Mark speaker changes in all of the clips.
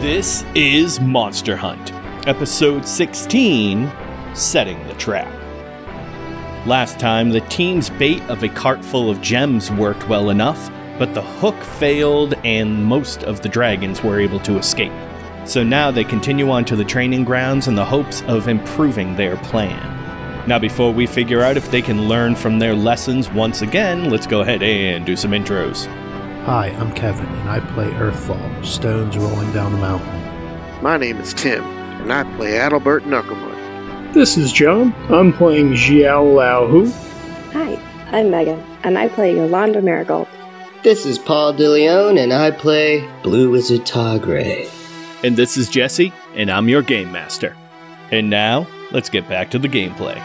Speaker 1: This is Monster Hunt, episode 16 Setting the Trap. Last time, the team's bait of a cart full of gems worked well enough, but the hook failed and most of the dragons were able to escape. So now they continue on to the training grounds in the hopes of improving their plan. Now, before we figure out if they can learn from their lessons once again, let's go ahead and do some intros.
Speaker 2: Hi, I'm Kevin, and I play Earthfall, Stones Rolling Down the Mountain.
Speaker 3: My name is Tim, and I play Adalbert Knucklewood.
Speaker 4: This is John. I'm playing Xiao Lao Hu.
Speaker 5: Hi, I'm Megan, and I play Yolanda Marigold.
Speaker 6: This is Paul DeLeon, and I play Blue Wizard Tagre.
Speaker 1: And this is Jesse, and I'm your game master. And now, let's get back to the gameplay.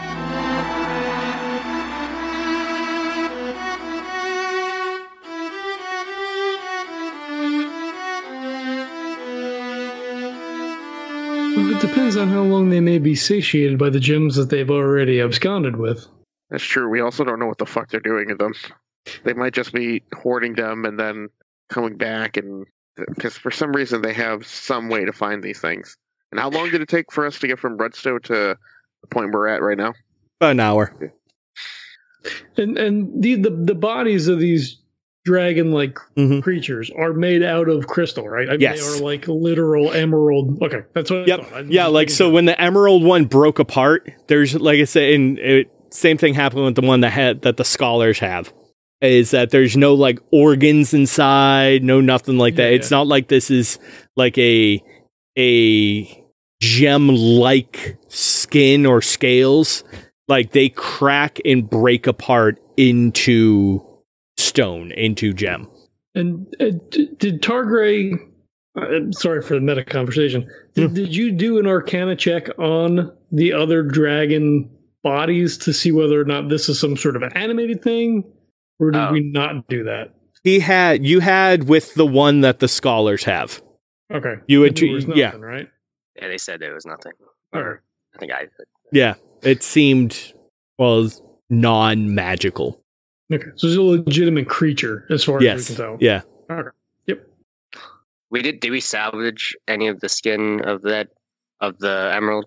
Speaker 4: It depends on how long they may be satiated by the gems that they've already absconded with.
Speaker 3: That's true. We also don't know what the fuck they're doing with them. They might just be hoarding them and then coming back, and because for some reason they have some way to find these things. And how long did it take for us to get from Redstone to the point we're at right now?
Speaker 1: About an hour.
Speaker 4: And and the the, the bodies of these dragon like
Speaker 1: Mhm.
Speaker 4: creatures are made out of crystal, right? I mean,
Speaker 1: Yes.
Speaker 4: They are like literal emerald. Okay, that's what. I
Speaker 1: Yep.
Speaker 4: thought. I-
Speaker 1: Yeah, like so when the emerald one broke apart, there's like I said, and it, same thing happened with the one that had that the scholars have. Is that there's no like organs inside, no nothing like that.
Speaker 4: Yeah.
Speaker 1: It's not like this is like a a gem like skin or scales. Like they crack and break apart into stone, into gem.
Speaker 4: And uh, d- did Targray? uh, I'm sorry for the meta conversation. Did,
Speaker 1: Hmm.
Speaker 4: did you do an Arcana check on the other dragon bodies to see whether or not this is some sort of animated thing, or did
Speaker 3: Oh.
Speaker 4: we not do that?
Speaker 1: He had you had with the one that the scholars have.
Speaker 4: Okay,
Speaker 1: You
Speaker 4: Then
Speaker 1: would
Speaker 4: there
Speaker 1: tr-
Speaker 4: was
Speaker 1: yeah.
Speaker 4: nothing, right?
Speaker 7: Yeah, they said there was nothing.
Speaker 4: Or-
Speaker 7: I think I
Speaker 1: Yeah, it seemed well non magical.
Speaker 4: Okay, so it's a legitimate creature as far as we
Speaker 1: Yes,
Speaker 4: can tell.
Speaker 1: yeah.
Speaker 4: Okay.
Speaker 7: we did. Did we salvage any of the skin of that of the emerald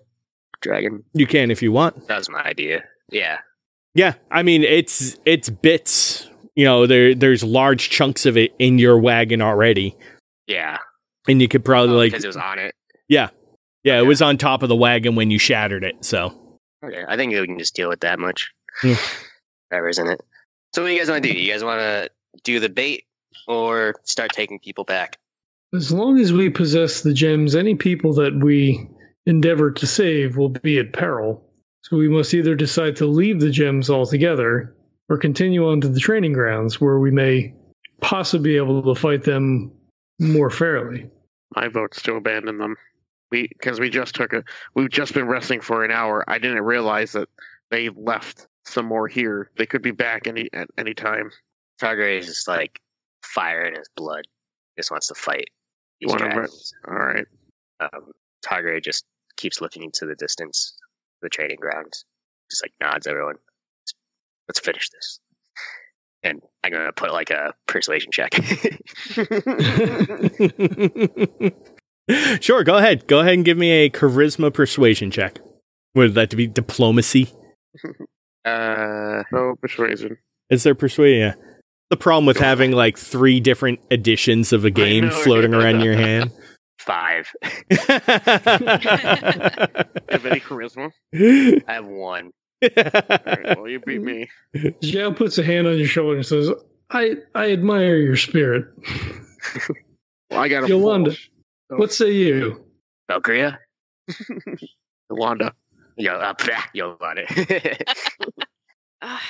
Speaker 7: dragon?
Speaker 1: You can if you want.
Speaker 7: That was my idea. Yeah,
Speaker 1: Yeah, I mean it's it's bits. You know, there there's large chunks of it in your wagon already,
Speaker 7: yeah,
Speaker 1: and you could probably
Speaker 7: because
Speaker 1: like
Speaker 7: it was on it.
Speaker 1: yeah, it
Speaker 7: okay.
Speaker 1: was on top of the wagon when you shattered it. So
Speaker 7: Okay, I think we can just deal with that much.
Speaker 1: Yeah.
Speaker 7: Whatever's in it. So what do you guys want to do? You guys want to do the bait or start taking people back?
Speaker 4: As long as we possess the gems, any people that we endeavor to save will be at peril. So we must either decide to leave the gems altogether or continue on to the training grounds where we may possibly be able to fight them more fairly.
Speaker 3: My vote's to abandon them. We because we just took a we've just been resting for an hour. I didn't realize that they left some more here. They could be back any at any time.
Speaker 7: Targaryen is just like fire in his blood. Just wants to fight. These
Speaker 3: Wanna
Speaker 7: dragons.
Speaker 3: All right.
Speaker 7: um, Targaryen just keeps looking into the distance, the training grounds, just like nods everyone. Let's finish this. And I'm gonna put like a persuasion check.
Speaker 1: sure, go ahead, go ahead and give me a charisma persuasion check. Would that to be diplomacy?
Speaker 7: uh,
Speaker 3: No persuasion.
Speaker 1: Is there persuasion? Yeah. The problem with having like three different editions of a game
Speaker 3: know.
Speaker 1: floating around in your hand.
Speaker 7: five.
Speaker 3: Have any charisma?
Speaker 1: Alright,
Speaker 7: I have one.
Speaker 3: All right, well, you beat me.
Speaker 4: Zhao puts a hand on your shoulder and says, I, I admire your spirit.
Speaker 3: Well, I got a
Speaker 4: Yolanda.
Speaker 3: four.
Speaker 4: What say you?
Speaker 7: Belgria,
Speaker 3: Yolanda.
Speaker 7: yo, uh, yo, on it.
Speaker 8: Ah,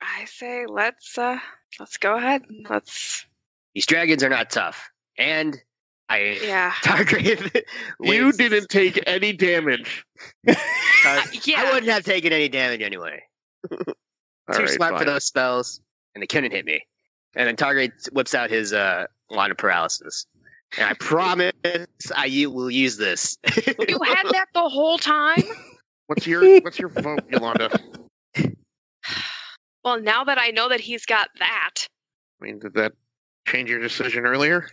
Speaker 8: I say let's uh let's go ahead. and Let's
Speaker 7: These dragons are not tough. And I
Speaker 8: yeah.
Speaker 7: Targaryen.
Speaker 3: You
Speaker 7: wins.
Speaker 3: didn't take any damage.
Speaker 7: Tar-
Speaker 8: Yeah.
Speaker 7: I wouldn't have taken any damage anyway.
Speaker 3: All
Speaker 7: Too
Speaker 3: right,
Speaker 7: smart for
Speaker 3: fine.
Speaker 7: those spells, and they couldn't hit me. And then Targaryen whips out his uh, line of paralysis. And I promise I u- will use this.
Speaker 8: You had that the whole time?
Speaker 3: What's your what's your vote, Yolanda? I
Speaker 8: Well, now that I know that he's got that,
Speaker 3: mean, did that change your decision earlier?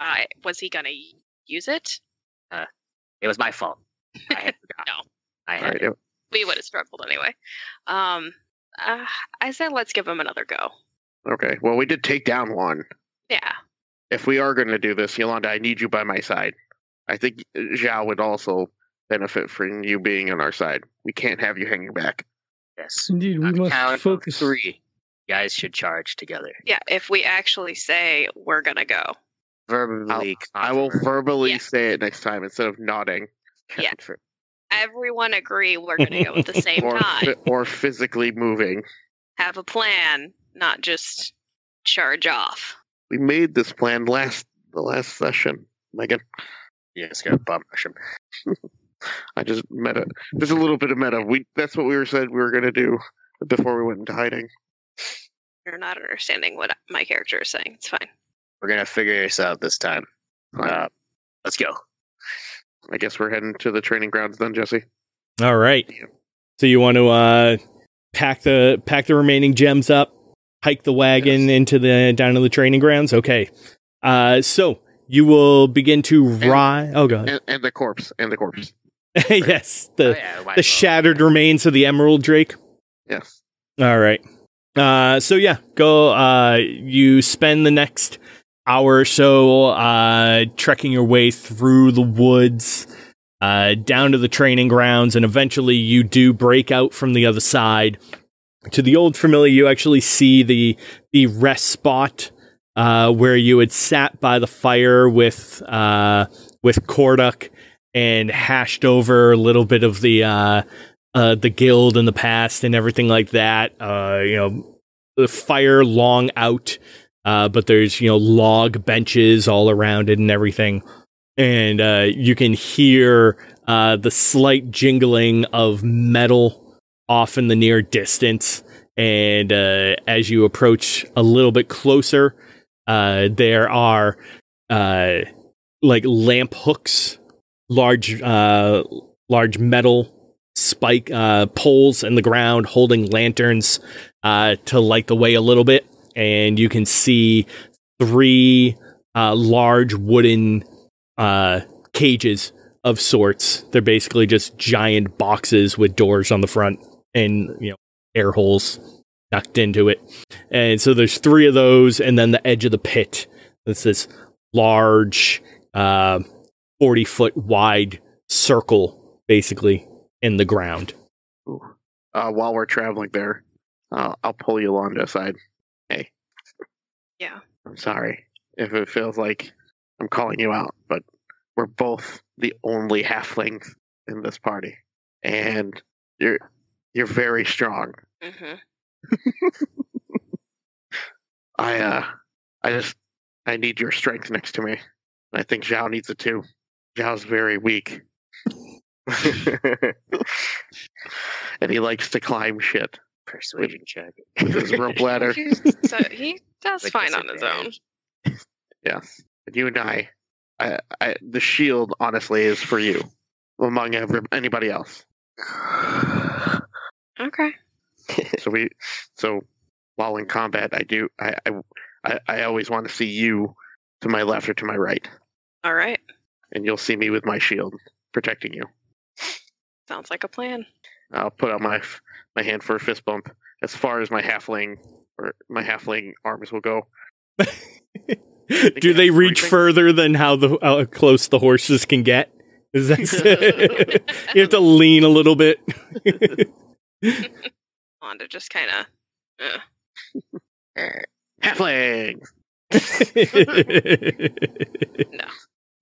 Speaker 8: uh, was he gonna y- use it?
Speaker 7: it was my fault. I had forgot.
Speaker 8: No.
Speaker 7: I
Speaker 3: All
Speaker 7: had
Speaker 3: right,
Speaker 8: We would have struggled anyway. Um, uh, I said let's give him another go.
Speaker 3: okay. Well, we did take down one.
Speaker 8: Yeah.
Speaker 3: If we are going to do this, Yolanda, I need you by my side. I think Zhao would also benefit from you being on our side. We can't have you hanging back.
Speaker 7: this.
Speaker 4: Indeed, we
Speaker 7: On the count
Speaker 4: must
Speaker 7: of
Speaker 4: focus.
Speaker 7: Three. You guys should charge together.
Speaker 8: Yeah. If we actually say we're gonna go,
Speaker 7: Verbally.
Speaker 3: I will
Speaker 7: confirm.
Speaker 3: verbally
Speaker 8: Yeah.
Speaker 3: say it next time instead of nodding.
Speaker 8: Yeah. everyone agree we're gonna go at the same
Speaker 3: Or,
Speaker 8: time.
Speaker 3: phy- or physically moving.
Speaker 8: Have a plan, not just charge off.
Speaker 3: We made this plan last the last session. Megan,
Speaker 7: Yeah, it's gonna bump rush him.
Speaker 3: I just meta. Just a little bit of meta. We that's what we were said we were gonna do before we went into hiding.
Speaker 8: You're not understanding what my character is saying. It's fine.
Speaker 7: We're gonna figure this out this time. Uh, let's go.
Speaker 3: I guess we're heading to the training grounds then, Jesse.
Speaker 1: All right. So you want to uh, pack the pack the remaining gems up, hike the wagon
Speaker 3: Yes.
Speaker 1: into the down to the training grounds. Okay. Uh, so you will begin to ride. Oh god.
Speaker 3: And, and the corpse. And the corpse.
Speaker 1: yes. The
Speaker 7: Oh, yeah, might as
Speaker 1: the
Speaker 7: well.
Speaker 1: shattered remains of the Emerald Drake.
Speaker 3: Yes.
Speaker 1: All right. Uh, so yeah, go. Uh, you spend the next hour or so uh, trekking your way through the woods, uh, down to the training grounds, and eventually you do break out from the other side to the old familiar. You actually see the the rest spot uh, where you had sat by the fire with uh, with Korduk and hashed over a little bit of the. Uh, uh, the guild in the past and everything like that. Uh, you know, the fire long out, uh, but there's you know log benches all around it and everything, and uh, you can hear uh, the slight jingling of metal off in the near distance. And uh, as you approach a little bit closer, uh, there are uh, like lamp hooks, large uh, large metal spike uh, poles in the ground holding lanterns uh, to light the way a little bit. And you can see three uh, large wooden uh, cages of sorts. They're basically just giant boxes with doors on the front and, you know, air holes ducked into it. And so there's three of those, and then the edge of the pit. It's this large, uh, 40 foot wide circle, basically, in the ground.
Speaker 3: Ooh. Uh, while we're traveling there, uh, I'll pull Yolanda aside. Hey.
Speaker 8: Yeah.
Speaker 3: I'm sorry if it feels like I'm calling you out, but we're both the only halflings in this party, and you're you're very strong.
Speaker 8: hmm
Speaker 3: I uh I just I need your strength next to me. And I think Zhao needs it too. Zhao's very weak. and he likes to climb shit.
Speaker 7: Persuasion check.
Speaker 3: with His rope ladder.
Speaker 8: so he does
Speaker 7: Like
Speaker 8: fine on his own.
Speaker 7: disadvantage.
Speaker 3: Yes. And you and I, I, I the shield honestly is for you. Among every, anybody else.
Speaker 8: Okay.
Speaker 3: So we so while in combat I do I I, I, I always want to see you to my left or to my right.
Speaker 8: All right.
Speaker 3: And you'll see me with my shield protecting you.
Speaker 8: Sounds like a plan.
Speaker 3: I'll put out my my hand for a fist bump as far as my halfling or my halfling arms will go.
Speaker 1: Do they
Speaker 3: it's
Speaker 1: reach
Speaker 3: creeping.
Speaker 1: further than how the how close the horses can get? Is that you have to lean a little bit?
Speaker 8: Wanda just kind of.
Speaker 3: Halfling.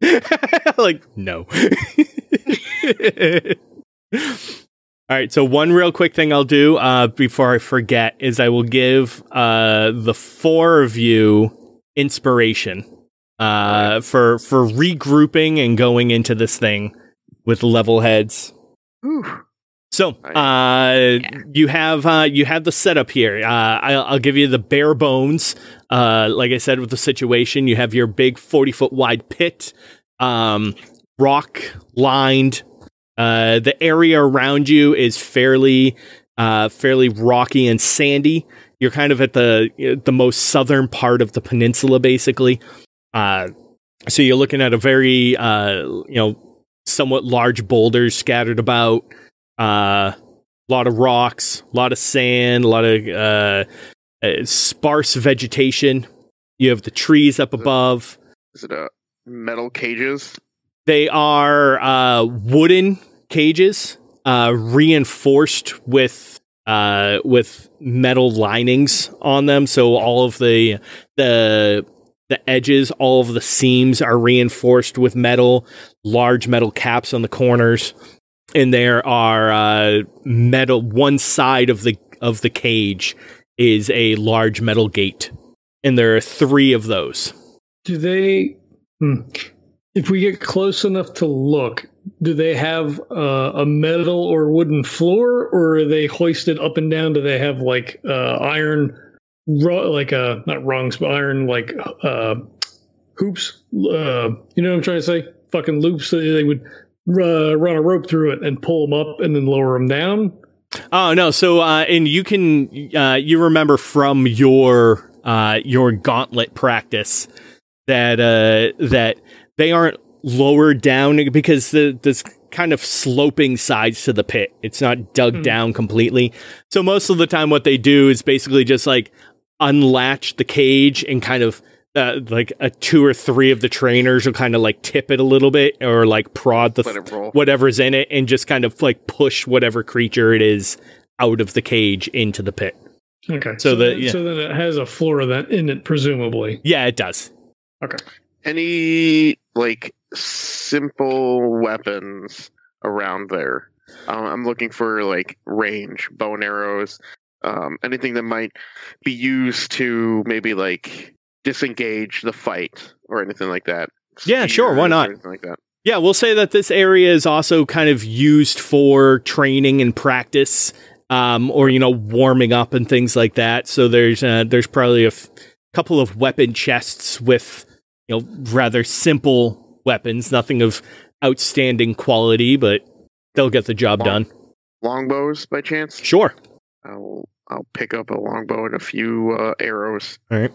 Speaker 1: like no. All right. So one real quick thing I'll do uh, before I forget is I will give uh, the four of you inspiration uh, for for regrouping and going into this thing with level heads.
Speaker 3: Whew.
Speaker 1: So uh, you have uh, you have the setup here. Uh, I'll, I'll give you the bare bones. Uh, like I said, with the situation, you have your big forty foot wide pit, um, rock lined. Uh, the area around you is fairly uh, fairly rocky and sandy. You're kind of at the the most southern part of the peninsula, basically. Uh, so you're looking at a very uh, you know somewhat large boulders scattered about a Uh, lot of rocks, a lot of sand, a lot of uh, uh, sparse vegetation. You have the trees up above.
Speaker 3: Is it a metal cages?
Speaker 1: They are uh, wooden cages uh, reinforced with uh, with metal linings on them. So all of the the the edges, all of the seams are reinforced with metal, large metal caps on the corners, and there are uh, metal. One side of the of the cage is a large metal gate, and there are three of those.
Speaker 4: Do they, hmm. if we get close enough to look, do they have uh, a metal or wooden floor, or are they hoisted up and down? Do they have like uh, iron, ru- like uh, not rungs, but iron like uh, hoops? Uh, you know what I'm trying to say? Fucking loops. that They would uh, run a rope through it and pull them up and then lower them down.
Speaker 1: Oh no! So uh, and you can uh, you remember from your uh, your gauntlet practice that uh, that they aren't lowered down because the, there's kind of sloping sides to the pit. It's not dug
Speaker 4: Mhm.
Speaker 1: down completely. So most of the time, what they do is basically just like unlatch the cage and kind of. Uh, like a two or three of the trainers will kind of like tip it a little bit or like prod the
Speaker 3: Let it roll.
Speaker 1: whatever's in it and just kind of like push whatever creature it is out of the cage into the pit.
Speaker 4: Okay.
Speaker 1: So the-
Speaker 4: then-
Speaker 1: yeah.
Speaker 4: so then it has a floor that in it, presumably.
Speaker 1: Yeah, it does.
Speaker 3: Any like simple weapons around there? Um, I'm looking for like range, bow and arrows, um, anything that might be used to maybe like disengage the fight or anything like that.
Speaker 1: Yeah, sure,
Speaker 3: Spears
Speaker 1: why
Speaker 3: or
Speaker 1: not?
Speaker 3: anything like that.
Speaker 1: Yeah, we'll say that this area is also kind of used for training and practice, um, or you know, warming up and things like that. So there's uh, there's probably a f- couple of weapon chests with you know rather simple weapons, nothing of outstanding quality, but they'll get the job
Speaker 3: Long-
Speaker 1: done.
Speaker 3: Longbows by chance?
Speaker 1: Sure.
Speaker 3: I'll I'll pick up a longbow and a few uh, arrows.
Speaker 1: All right.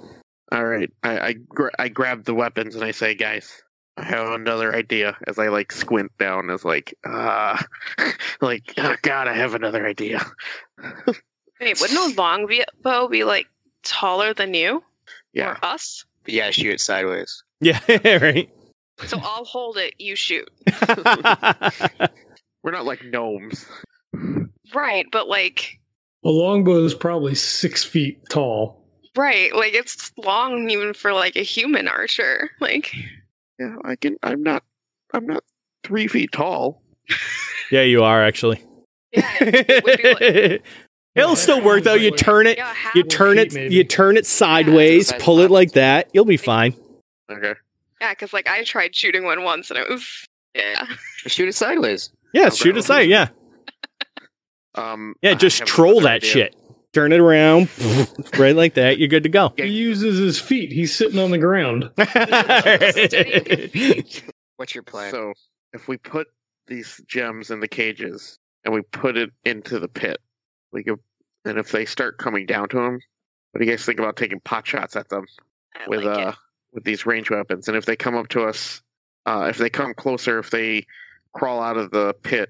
Speaker 3: All right. I I, gra- I grab the weapons and I say, guys, I have another idea. As I like squint down, as like, ah, like oh god, I have another idea.
Speaker 8: Wait, wouldn't a longbow be like taller than you
Speaker 3: Yeah.
Speaker 8: or us?
Speaker 7: But yeah, shoot it sideways.
Speaker 1: Yeah. right.
Speaker 8: So I'll hold it, you shoot.
Speaker 3: We're not like gnomes.
Speaker 8: Right, but like,
Speaker 4: A longbow is probably six feet tall.
Speaker 8: right, like it's long even for like a human archer. Like,
Speaker 3: Yeah, I can. I'm not. I'm not three feet tall.
Speaker 1: yeah, you are actually.
Speaker 8: yeah, it would be like,
Speaker 1: It'll still work though. You turn it,
Speaker 8: yeah, half,
Speaker 1: you
Speaker 8: yeah, 'cause
Speaker 1: turn it,
Speaker 4: Maybe.
Speaker 1: you turn it sideways,
Speaker 7: Yeah.
Speaker 1: pull it like that. You'll be fine.
Speaker 3: Okay.
Speaker 8: because like I tried shooting one once and it was, yeah.
Speaker 7: Shoot it sideways.
Speaker 1: Yeah,
Speaker 3: Okay.
Speaker 1: shoot it side. Yeah,
Speaker 3: Um. I
Speaker 1: yeah. Just
Speaker 3: have
Speaker 1: troll
Speaker 3: another
Speaker 1: that
Speaker 3: idea.
Speaker 1: shit. Turn it around, right like that. You're good to go.
Speaker 3: Yeah.
Speaker 4: He uses his feet. He's sitting on the ground.
Speaker 7: What's your plan?
Speaker 3: So if we put these gems in the cages and we put it into the pit, we could, and if they start coming down to them, what do you guys think about taking pot shots at them
Speaker 8: I
Speaker 3: with
Speaker 8: like
Speaker 3: uh
Speaker 8: it.
Speaker 3: with these range weapons? And if they come up to us, uh, if they come closer, if they crawl out of the pit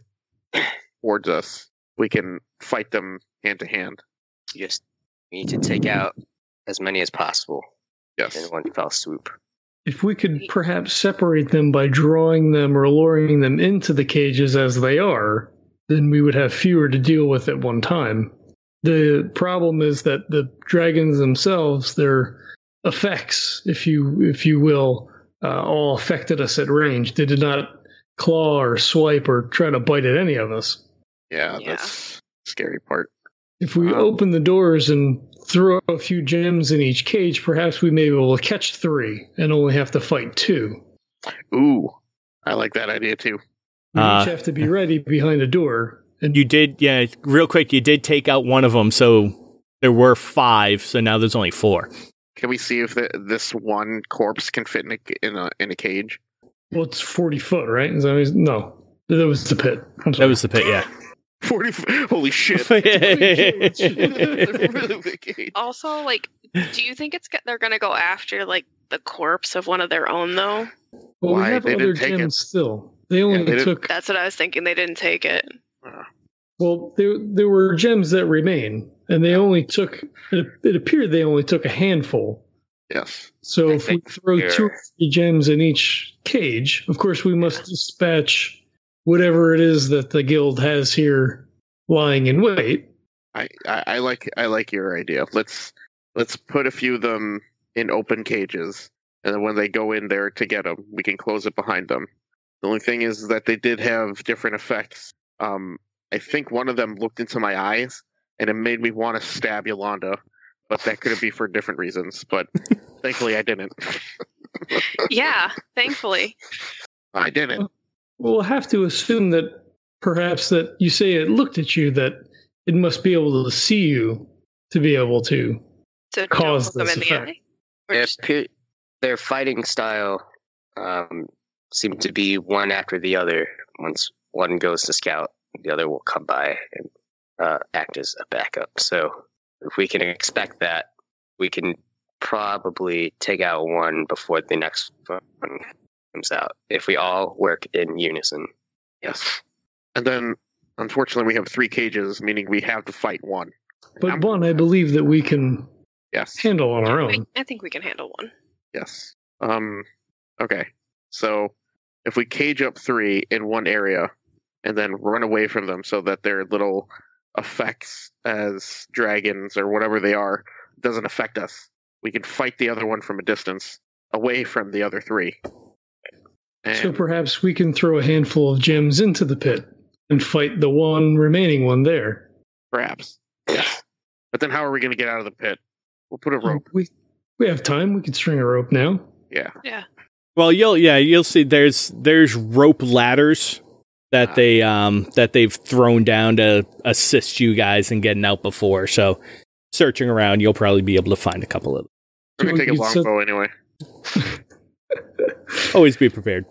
Speaker 3: towards us, we can fight them hand to hand.
Speaker 7: you just you need to take out as many as possible in
Speaker 3: Yes.
Speaker 7: one fell swoop.
Speaker 4: If we could perhaps separate them by drawing them or luring them into the cages as they are, then we would have fewer to deal with at one time. The problem is that the dragons themselves, their effects, if you if you will, uh, all affected us at range. They did not claw or swipe or try to bite at any of us.
Speaker 3: Yeah,
Speaker 8: Yeah.
Speaker 3: that's the scary part.
Speaker 4: If we
Speaker 3: Um,
Speaker 4: open the doors and throw a few gems in each cage, perhaps we may be able to catch three and only have to fight two.
Speaker 3: Ooh, I like that idea too.
Speaker 4: We
Speaker 1: Uh,
Speaker 4: each have to be ready behind a door. And
Speaker 1: You did, yeah, real quick, you did take out one of them, so there were five, so now there's only four.
Speaker 3: Can we see if the, this one corpse can fit in a in a, in a cage?
Speaker 4: well, it's forty foot, right? Is that what he's- no, that was the pit. I'm
Speaker 1: That
Speaker 4: sorry.
Speaker 1: was the pit, yeah.
Speaker 3: Forty. f- Holy shit!
Speaker 8: Also, like, do you think it's go- they're gonna go after like the corpse of one of their own though?
Speaker 4: well, we
Speaker 3: Why?
Speaker 4: have
Speaker 3: They didn't
Speaker 4: other
Speaker 3: take it.
Speaker 4: gems still. They only
Speaker 3: they didn't-
Speaker 4: took
Speaker 8: That's what I was thinking. They didn't take it.
Speaker 4: well. There there were gems that remain, and they only took. It, it appeared they only took a handful.
Speaker 3: yes.
Speaker 4: So
Speaker 7: I
Speaker 4: if we
Speaker 7: think
Speaker 4: throw two or
Speaker 7: you're-
Speaker 4: three gems in each cage, of course we must dispatch whatever it is that the guild has here lying in wait.
Speaker 3: I, I, I like I like your idea. Let's let's put a few of them in open cages, and then when they go in there to get them, we can close it behind them. The only thing is that they did have different effects. Um, I think one of them looked into my eyes, and it made me want to stab Yolanda, but that could be for different reasons. But thankfully, I didn't.
Speaker 8: Yeah, thankfully.
Speaker 3: I didn't.
Speaker 4: We'll have to assume that perhaps that you say it looked at you that it must be able to see you to be able to.
Speaker 8: To
Speaker 4: Cause
Speaker 8: them
Speaker 4: this
Speaker 8: in the
Speaker 4: effect.
Speaker 8: eye. Or
Speaker 7: Their,
Speaker 8: just-
Speaker 7: pe- their fighting style um, seemed to be one after the other. Once one goes to scout, the other will come by and uh, act as a backup. So if we can expect that, we can probably take out one before the next one comes out. If we all work in unison. Yes.
Speaker 3: And then, unfortunately, we have three cages, meaning we have to fight one.
Speaker 4: But
Speaker 3: I'm-
Speaker 4: one I believe that we can
Speaker 3: Yes.
Speaker 4: handle on our own.
Speaker 8: I think we can handle one.
Speaker 3: Yes. Um okay. So if we cage up three in one area and then run away from them so that their little effects as dragons or whatever they are doesn't affect us. We can fight the other one from a distance away from the other three. And
Speaker 4: So perhaps we can throw a handful of gems into the pit and fight the one remaining one there.
Speaker 3: perhaps. Yes. But then how are we gonna get out of the pit? We'll put a rope.
Speaker 4: We we have time. We could string a rope now.
Speaker 3: Yeah.
Speaker 1: Well, you'll yeah, you'll see. There's there's rope ladders that
Speaker 3: Ah.
Speaker 1: they um that they've thrown down to assist you guys in getting out before. So searching around, you'll probably be able to find a couple of. Them.
Speaker 3: We're gonna
Speaker 4: So
Speaker 3: take a
Speaker 4: you
Speaker 3: long
Speaker 4: said-
Speaker 3: bow anyway.
Speaker 1: Always be prepared.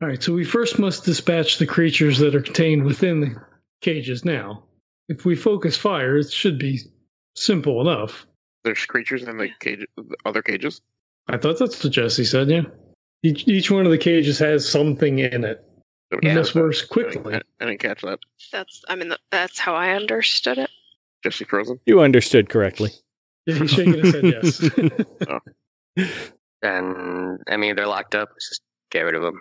Speaker 4: All right. So we first must dispatch the creatures that are contained within the cages now. If we focus fire, it should be simple enough.
Speaker 3: There's creatures in the cage the other cages.
Speaker 4: I thought that's what Jesse said. Yeah. Each, each one of the cages has something in it.
Speaker 3: So we
Speaker 4: Yeah,
Speaker 3: can-
Speaker 4: this works
Speaker 3: I didn't-
Speaker 4: quickly.
Speaker 3: I I didn't catch that.
Speaker 8: That's. I mean, that's how I understood it.
Speaker 3: Jesse frozen.
Speaker 1: You understood correctly.
Speaker 4: Yeah, he's shaking his head. Yes.
Speaker 7: And I mean, they're locked up. Let's just get rid of them.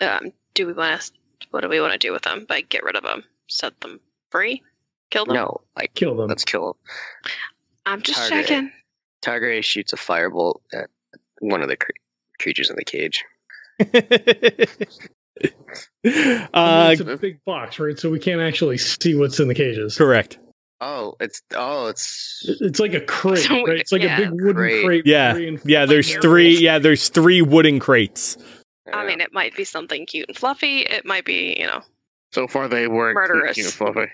Speaker 8: Um, do we want to? What do we want to do with them? By get rid of them, set them free, kill them.
Speaker 7: No, like,
Speaker 4: Kill them.
Speaker 7: let's kill 'em.
Speaker 8: I'm just
Speaker 7: Target.
Speaker 8: checking.
Speaker 7: Targaryen shoots a firebolt at one of the cre- creatures in the cage.
Speaker 1: uh,
Speaker 4: it's a big box, right? So we can't actually see what's in the cages.
Speaker 1: correct.
Speaker 7: Oh, it's oh, it's
Speaker 4: It- It's like a crate,
Speaker 8: So we-
Speaker 4: right? It's like
Speaker 8: yeah.
Speaker 4: a big wooden
Speaker 7: Crate.
Speaker 4: crate.
Speaker 1: Yeah.
Speaker 4: reinforced-
Speaker 1: Yeah, there's three. Yeah, there's three wooden crates.
Speaker 8: I mean, it might be something cute and fluffy. It might be, you know.
Speaker 3: So far, they weren't
Speaker 8: Murderous.
Speaker 3: cute, Fluffy.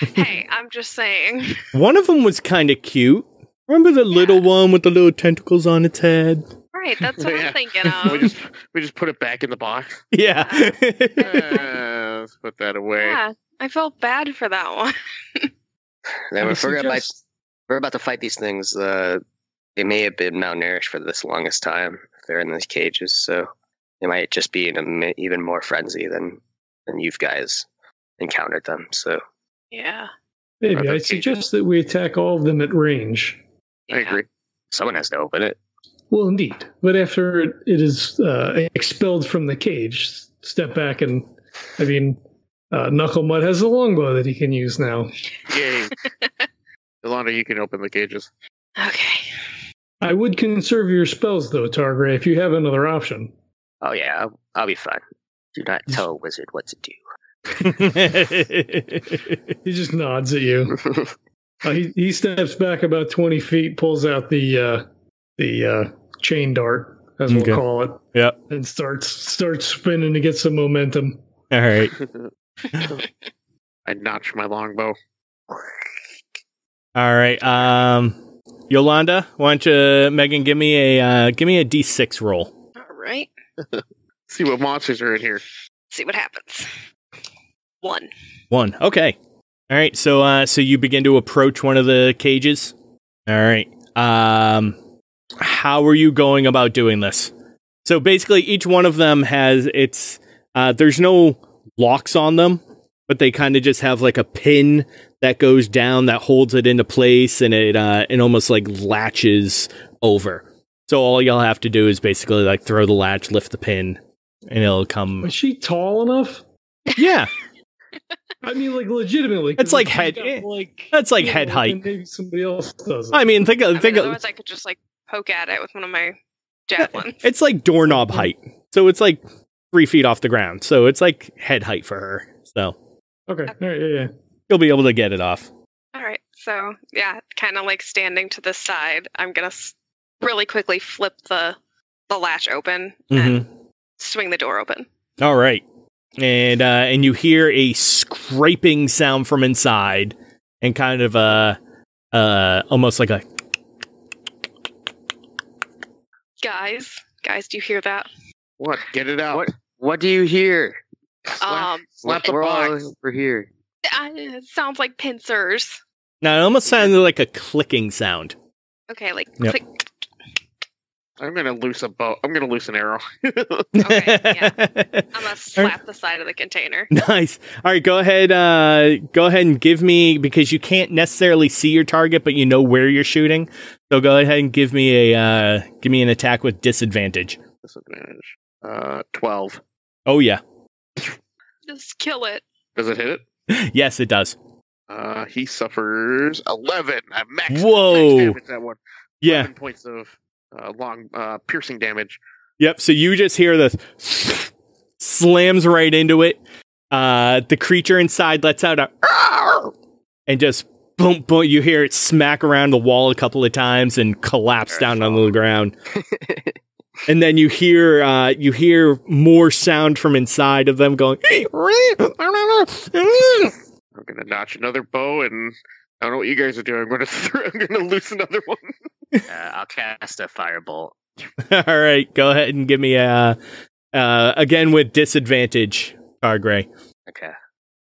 Speaker 8: hey, I'm just saying.
Speaker 1: One of them was kind of cute. Remember the little one with the little tentacles on its head?
Speaker 8: Right, that's what
Speaker 3: Yeah.
Speaker 8: I'm thinking
Speaker 3: we
Speaker 7: Um,
Speaker 8: of.
Speaker 3: just we just put it back in the box.
Speaker 1: Yeah.
Speaker 3: Uh, let's put that away.
Speaker 8: Yeah, I felt bad for that one.
Speaker 7: Now,
Speaker 4: I
Speaker 7: if we're, about,
Speaker 4: suggest-
Speaker 7: we're about to fight these things. Uh, they may have been malnourished for this longest time. If they're in these cages, so they might just be in an even more frenzy than than you guys encountered them. So
Speaker 8: Yeah.
Speaker 3: Are
Speaker 4: Maybe
Speaker 3: there
Speaker 4: I
Speaker 3: cages?
Speaker 4: suggest that we attack all of them at range.
Speaker 3: I agree.
Speaker 7: someone has to open it.
Speaker 4: Well, indeed. But after it- it is uh, expelled from the cage, step back and, I mean, uh, Knuckle Mud has a longbow that he can use now.
Speaker 3: Yay. Yolanda, you can open the cages.
Speaker 8: Okay.
Speaker 4: I would conserve your spells, though, Targray, if you have another option.
Speaker 7: Oh yeah, I'll, I'll be fine. Do not tell a wizard what to do.
Speaker 4: He just nods at you. Uh, he he steps back about twenty feet, pulls out the uh, the uh, chain dart, as
Speaker 1: Okay.
Speaker 4: we'll call it.
Speaker 1: Yep.
Speaker 4: And starts starts spinning to get some momentum.
Speaker 1: All right.
Speaker 3: I notch my longbow.
Speaker 1: All right. Um, Yolanda, why don't you, Megan, give me a uh, give me a d6 roll.
Speaker 8: All right.
Speaker 3: See what monsters are in here.
Speaker 8: See what happens. One.
Speaker 1: One. Okay. All right. So uh, so you begin to approach one of the cages. All right. Um, how are you going about doing this? So basically, each one of them has its. Uh, there's no locks on them, but they kind of just have like a pin that goes down that holds it into place, and it uh, it almost like latches over. So all y'all have to do is basically like throw the latch, lift the pin, and it'll come.
Speaker 4: Is she tall enough?
Speaker 1: Yeah,
Speaker 4: I mean, like legitimately. 'cause
Speaker 1: It's like
Speaker 4: she's
Speaker 1: head-
Speaker 4: got,
Speaker 1: eh,
Speaker 4: like
Speaker 1: that's like
Speaker 4: you
Speaker 1: head
Speaker 4: know,
Speaker 1: height.
Speaker 4: and Maybe somebody else does.
Speaker 1: I mean, think
Speaker 8: I
Speaker 1: of,
Speaker 8: think
Speaker 1: think
Speaker 8: mean,
Speaker 1: of,
Speaker 8: otherwise I could just like poke at it with one of my javelins.
Speaker 1: It's like doorknob height. So it's like three feet off the ground. So it's like head height for her. So
Speaker 4: okay. All right. Yeah. Yeah.
Speaker 1: you'll be able to get it off.
Speaker 8: All right. So yeah, kind of like standing to the side, I'm gonna s- really quickly flip the the latch open and swing the door open.
Speaker 1: All right. And uh, and you hear a scraping sound from inside and kind of a uh almost like a
Speaker 8: Guys, guys, do you hear that?
Speaker 3: What? Get it out.
Speaker 7: What? What do you hear? Uh,
Speaker 3: Slap,
Speaker 8: Um,
Speaker 3: slap the
Speaker 7: We're all
Speaker 3: box.
Speaker 7: over here.
Speaker 8: I, it sounds like pincers.
Speaker 1: now it almost sounded like a clicking sound.
Speaker 8: Okay, like
Speaker 1: Yep.
Speaker 8: click.
Speaker 3: I'm gonna loose a bow. I'm gonna loose an arrow.
Speaker 8: Okay, I'm gonna slap the side of the container.
Speaker 1: Nice. All right, go ahead. Uh, go ahead and give me because you can't necessarily see your target, but you know where you're shooting. So go ahead and give me a uh, give me an attack with disadvantage.
Speaker 3: Disadvantage. Uh, twelve.
Speaker 1: Oh yeah,
Speaker 8: Just kill it.
Speaker 3: Does it hit it?
Speaker 1: yes, it does.
Speaker 3: Uh, he suffers eleven. I max. max
Speaker 1: Whoa.
Speaker 3: damage that one.
Speaker 1: Yeah.
Speaker 3: 11 points of uh, long uh, piercing damage.
Speaker 1: Yep. So you just hear the slams right into it. Uh, the creature inside lets out a and just boom, boom. You hear it smack around the wall a couple of times and collapse down on the ground. and then you hear uh, you hear more sound from inside of them going.
Speaker 3: I'm gonna notch another bow, and I don't know what you guys are doing. I'm gonna throw, I'm gonna loose another one.
Speaker 7: Uh, I'll cast a firebolt.
Speaker 1: All right, go ahead and give me a uh, again with disadvantage, Targray.
Speaker 7: Okay.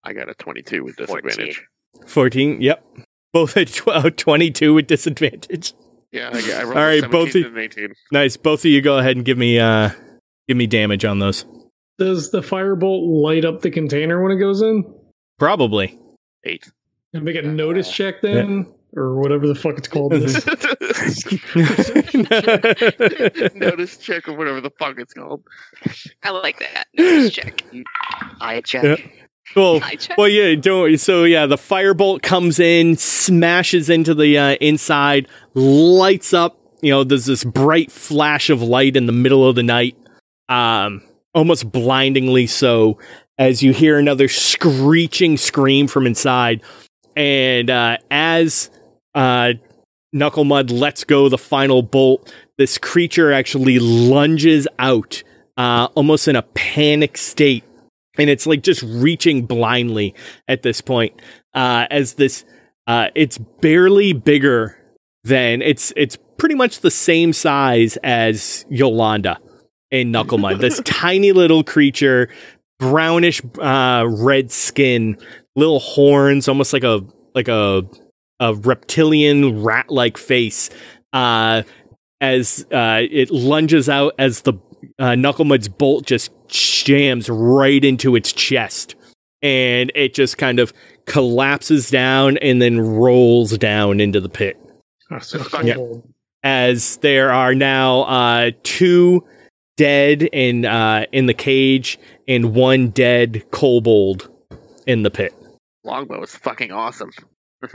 Speaker 3: I got a 22 with
Speaker 7: 14.
Speaker 3: disadvantage.
Speaker 1: Fourteen. Yep. Both at 12, 22 with disadvantage.
Speaker 3: Yeah, I, got- I rolled
Speaker 1: All right,
Speaker 3: a 17
Speaker 1: both
Speaker 3: and
Speaker 1: the-
Speaker 3: an 18.
Speaker 1: Nice. Both of you go ahead and give me uh give me damage on those.
Speaker 4: Does the firebolt light up the container when it goes in?
Speaker 1: Probably.
Speaker 3: Eight.
Speaker 4: And make a notice check then, or whatever the fuck it's called. this.
Speaker 3: Mm-hmm. Notice check or whatever the fuck it's called.
Speaker 8: I like that. Let's check.
Speaker 7: I check.
Speaker 1: well,
Speaker 8: I check.
Speaker 1: well, yeah, don't. So yeah, the firebolt comes in, smashes into the uh, inside, lights up. You know, there's this bright flash of light in the middle of the night, um, almost blindingly so, as you hear another screeching scream from inside, and uh, as uh, Knuckle Mud lets go the final bolt, this creature actually lunges out, uh, almost in a panic state and it's like just reaching blindly at this point uh as this uh it's barely bigger than it's it's pretty much the same size as Yolanda in Knucklemud this tiny little creature brownish uh red skin little horns almost like a like a a reptilian rat like face uh as uh it lunges out as the uh, Knucklemud's bolt just jams right into its chest, and it just kind of collapses down and then rolls down into the pit.
Speaker 4: Ah, so
Speaker 3: Yeah.
Speaker 4: firebolt.
Speaker 1: As there are now uh, two dead in uh, in the cage and one dead kobold in the pit.
Speaker 3: Longbow is fucking awesome. Is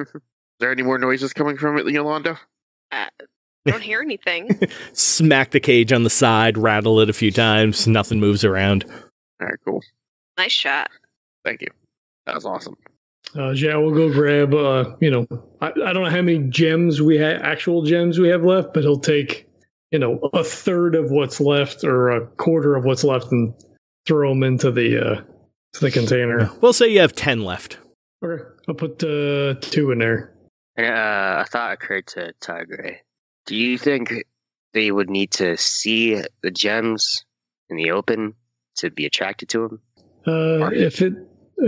Speaker 3: there any more noises coming from it, Yolanda?
Speaker 8: I don't hear anything.
Speaker 1: Smack the cage on the side, rattle it a few times. Nothing moves around.
Speaker 3: All right, cool.
Speaker 8: nice shot.
Speaker 3: Thank you. That was awesome.
Speaker 4: Uh, yeah, we'll go grab. Uh, you know, I, I don't know how many gems we ha actual gems we have left, but he'll take, you know, a third of what's left or a quarter of what's left and throw them into the uh, to the container.
Speaker 1: We'll say you have 10 left.
Speaker 4: Okay, I'll put uh, two in there.
Speaker 7: And, uh, a thought occurred to Tigray. Do you think they would need to see the gems in the open to be attracted to them?
Speaker 4: Uh, if it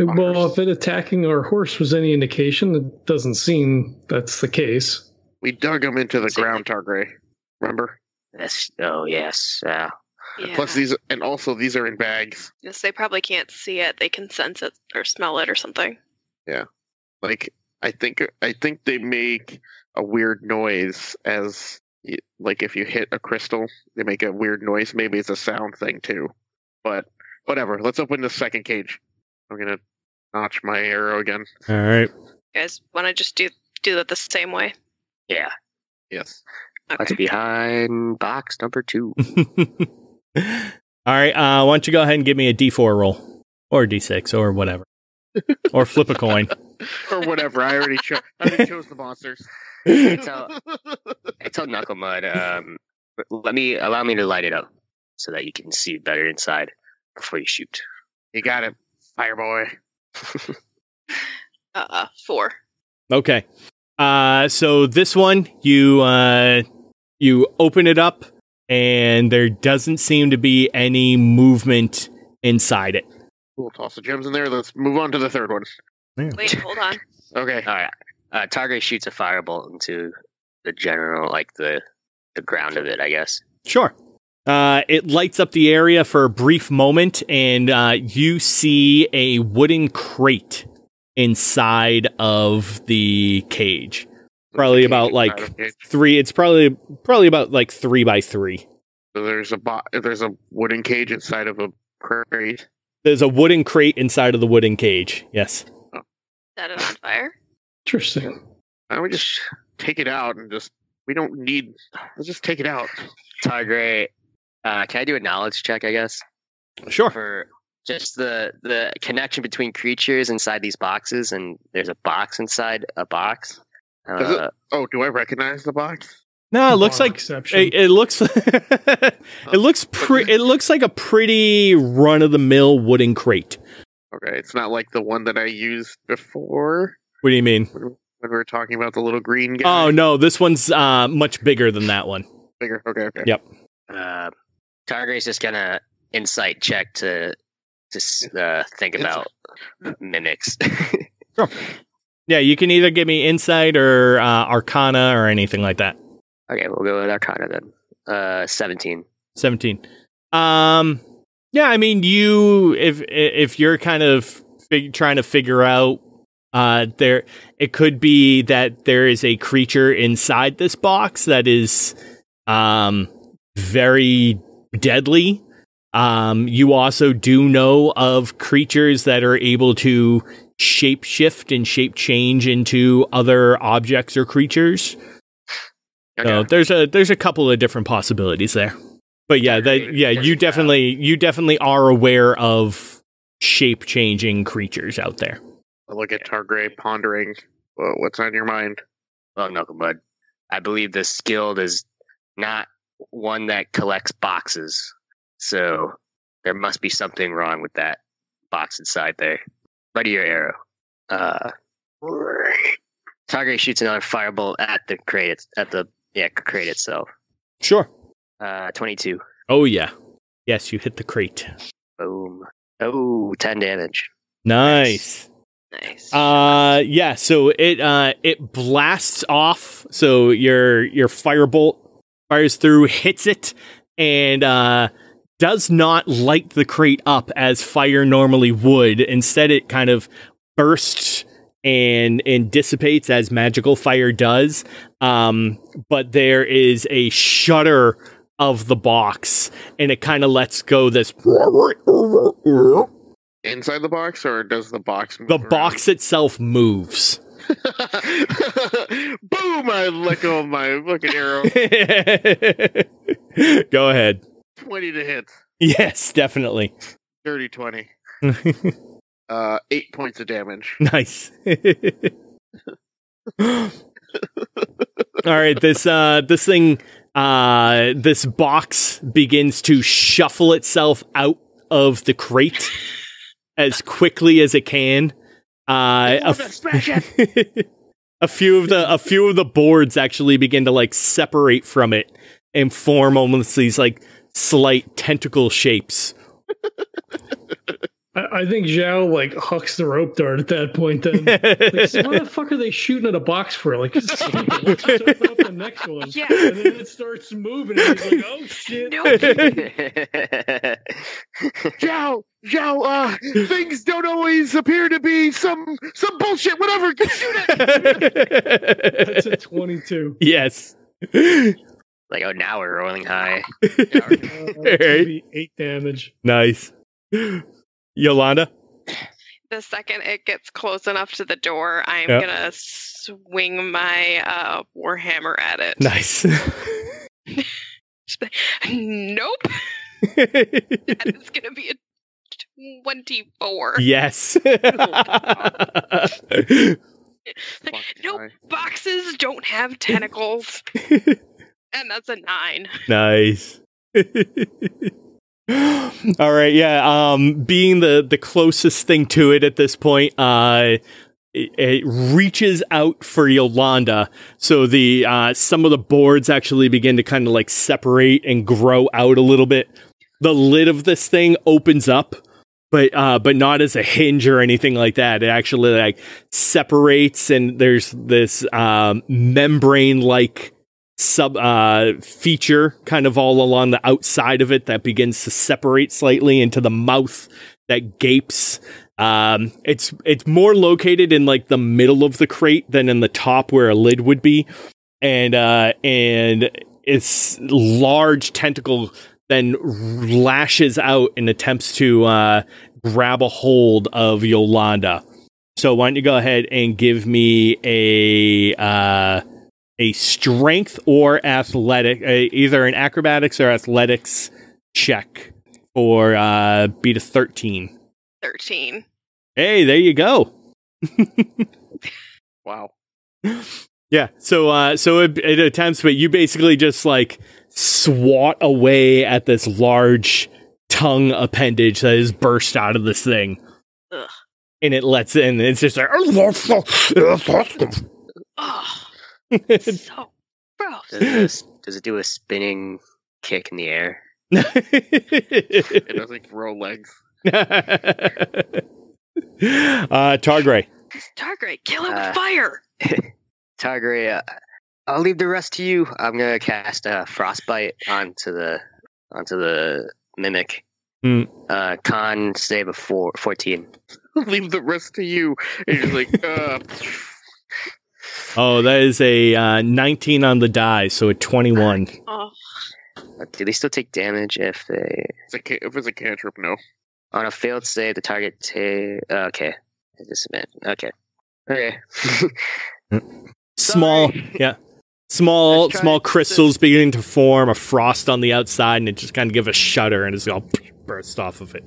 Speaker 4: uh, well, if it attacking our horse was any indication, it doesn't seem that's the case.
Speaker 3: We dug them into the
Speaker 7: Same.
Speaker 3: ground, Targray. Remember?
Speaker 7: That's oh yes, uh,
Speaker 8: Yeah.
Speaker 3: Plus these, and also these are in bags.
Speaker 8: Yes, they probably can't see it. They can sense it or smell it or something.
Speaker 3: Like I think, I think they make a weird noise as y- like if you hit a crystal, they make a weird noise. Maybe it's a sound thing too, but whatever. Let's open the second cage. I'm gonna notch my arrow again.
Speaker 1: All right.
Speaker 8: You guys want to just do do that the same way?
Speaker 7: yeah.
Speaker 3: Yes.
Speaker 7: What's
Speaker 8: Okay.
Speaker 7: behind box number two?
Speaker 1: All right. Uh, why don't you go ahead and give me a D4 roll or D6 or whatever, or flip a coin.
Speaker 3: or whatever. I already chose. I already chose the monsters.
Speaker 7: tell- I tell Knuckle Mud, um, let me allow me to light it up so that you can see better inside before you shoot.
Speaker 3: you got it, fire boy.
Speaker 8: Uh, uh, four.
Speaker 1: Okay. Uh, so this one, you uh, you open it up, and there doesn't seem to be any movement inside it.
Speaker 3: We'll toss the gems in there. Let's move on to the third one.
Speaker 8: Wait, hold on.
Speaker 3: Okay.
Speaker 7: All right. Uh, Target shoots a firebolt into the general, like the the ground of it, I guess.
Speaker 1: Sure. Uh, it lights up the area for a brief moment, and uh, you see a wooden crate inside of the cage. Probably about like
Speaker 3: Okay.
Speaker 1: three. It's probably probably about like three by three.
Speaker 3: So there's a bo- there's a wooden cage inside of a crate.
Speaker 1: There's a wooden crate inside of the wooden cage. Yes.
Speaker 8: Set it on fire.
Speaker 4: Interesting.
Speaker 3: Why don't we just take it out and just we don't need. Let's just take it out.
Speaker 7: Target, uh, can I do a knowledge check? I guess
Speaker 1: Sure.
Speaker 7: for just the the connection between creatures inside these boxes, and there's a box inside a box.
Speaker 3: Does it-
Speaker 7: Uh,
Speaker 3: Oh, do I recognize the box?
Speaker 1: No, Uh, it looks
Speaker 4: Bar
Speaker 1: like
Speaker 4: exception.
Speaker 1: it, it looks it looks pre- it looks like a pretty run of the mill wooden crate.
Speaker 3: Okay, it's not like the one that I used before
Speaker 1: What do you mean?
Speaker 3: when we were talking about the little green guy.
Speaker 1: Oh no, this one's uh, much bigger than that one.
Speaker 3: Bigger. Okay. Okay.
Speaker 1: Yeah.
Speaker 7: uh, Target's just gonna insight check to to s- uh, think
Speaker 3: Insight.
Speaker 7: about mimics.
Speaker 1: Yeah, you can either give me insight or uh, arcana or anything like that.
Speaker 7: okay, we'll go with Arcana then. Uh, seventeen.
Speaker 1: 17 um yeah i mean you if if you're kind of fig- trying to figure out uh there it could be that there is a creature inside this box that is um very deadly um you also do know of creatures that are able to shape shift and shape change into other objects or creatures
Speaker 3: Okay.
Speaker 1: so there's a there's a couple of different possibilities there. But yeah, that yeah, you definitely you definitely are aware of shape changing creatures out there.
Speaker 3: I look at Targray pondering. "Well, what's on your mind?
Speaker 7: Well, Knuckle Bud, I believe this skilled is not one that collects boxes. So there must be something wrong with that box inside there. Ready your arrow. Uh, Target shoots another firebolt at the crate it's- at the yeah crate itself.
Speaker 1: Sure.
Speaker 7: Uh, twenty-two.
Speaker 1: Oh yeah. Yes, you hit the crate.
Speaker 7: Boom. Oh, 10 damage.
Speaker 1: Nice.
Speaker 8: Nice.
Speaker 1: Uh yeah, so it uh it blasts off. So your your firebolt fires through, hits it, and uh does not light the crate up as fire normally would. Instead it kind of bursts and and dissipates as magical fire does. Um but there is a shudder of the box and it kind of lets go this
Speaker 3: Inside the box, or does the box? Move
Speaker 1: the
Speaker 3: around?
Speaker 1: box itself moves.
Speaker 3: Boom! I let go of my fucking arrow.
Speaker 1: Go ahead.
Speaker 3: Twenty to hit.
Speaker 1: Yes, definitely.
Speaker 3: Dirty twenty. Uh, eight points of damage.
Speaker 1: Nice. All right, this uh this thing uh this box begins to shuffle itself out of the crate as quickly as it can. Uh a, f- a few of the a few of the boards actually begin to like separate from it and form almost these like slight tentacle shapes.
Speaker 4: I, I think Zhao like hucks the rope dart at that point. Then, like, so what the fuck are they shooting at a box for? Like, let's open up the next one.
Speaker 8: Yeah.
Speaker 4: and then it starts moving. And he's like, oh shit!
Speaker 8: No,
Speaker 3: Zhao, Zhao, uh, things don't always appear to be some some bullshit. Whatever, shoot it.
Speaker 4: That's a twenty-two.
Speaker 1: yes.
Speaker 7: Like, oh, now we're rolling high.
Speaker 4: Uh, that's gonna be eight damage.
Speaker 1: Nice. Yolanda?
Speaker 8: the second it gets close enough to the door, I'm
Speaker 1: Yeah.
Speaker 8: gonna swing my uh, warhammer at it.
Speaker 1: Nice.
Speaker 8: Nope, that is gonna be a twenty-four.
Speaker 1: yes.
Speaker 8: Like,
Speaker 3: Fuck,
Speaker 8: nope,
Speaker 3: sorry.
Speaker 8: boxes don't have tentacles. and that's a nine.
Speaker 1: nice. All right, yeah. Um being the the closest thing to it at this point, uh it, it reaches out for Yolanda. So the uh some of the boards actually begin to kind of like separate and grow out a little bit. The lid of this thing opens up, but uh but not as a hinge or anything like that. It actually like separates and there's this um membrane like sub uh feature kind of all along the outside of it that begins to separate slightly into the mouth that gapes um it's it's more located in like the middle of the crate than in the top where a lid would be and uh and its large tentacle then lashes out and attempts to uh grab a hold of Yolanda so why don't you go ahead and give me a uh a strength or athletic, uh, either an acrobatics or athletics check, or uh, beat a thirteen.
Speaker 8: Thirteen.
Speaker 1: Hey, there you go.
Speaker 3: Wow.
Speaker 1: Yeah. So, uh, so it, it attempts, but you basically just like swat away at this large tongue appendage that has burst out of this thing,
Speaker 8: Ugh.
Speaker 1: and it lets in. It's just like
Speaker 8: Oh, so
Speaker 7: Does,
Speaker 8: gross.
Speaker 7: this, does it do a spinning kick in the air?
Speaker 3: It doesn't grow legs.
Speaker 1: uh, Targray.
Speaker 8: Targrade, kill it
Speaker 7: Uh,
Speaker 8: with fire.
Speaker 7: Targaryen, uh, I'll leave the rest to you. I'm gonna cast uh, frostbite onto the onto the mimic.
Speaker 1: Hmm.
Speaker 7: Uh, con save of four, 14.
Speaker 3: Leave the rest to you. And he's like, uh,
Speaker 1: Oh, that is a uh, 19 on the die, so a 21.
Speaker 8: Oh,
Speaker 7: Uh, Do they still take damage if they
Speaker 3: it's a ca- if it's a cantrip, no.
Speaker 7: on a failed save the target? Ta- uh, okay, I just meant okay, okay.
Speaker 1: Small, yeah. Small,
Speaker 7: Let's try
Speaker 1: small
Speaker 7: it.
Speaker 1: crystals beginning to form a frost on the outside, and it just kind of give a shudder, and it's all burst off of it.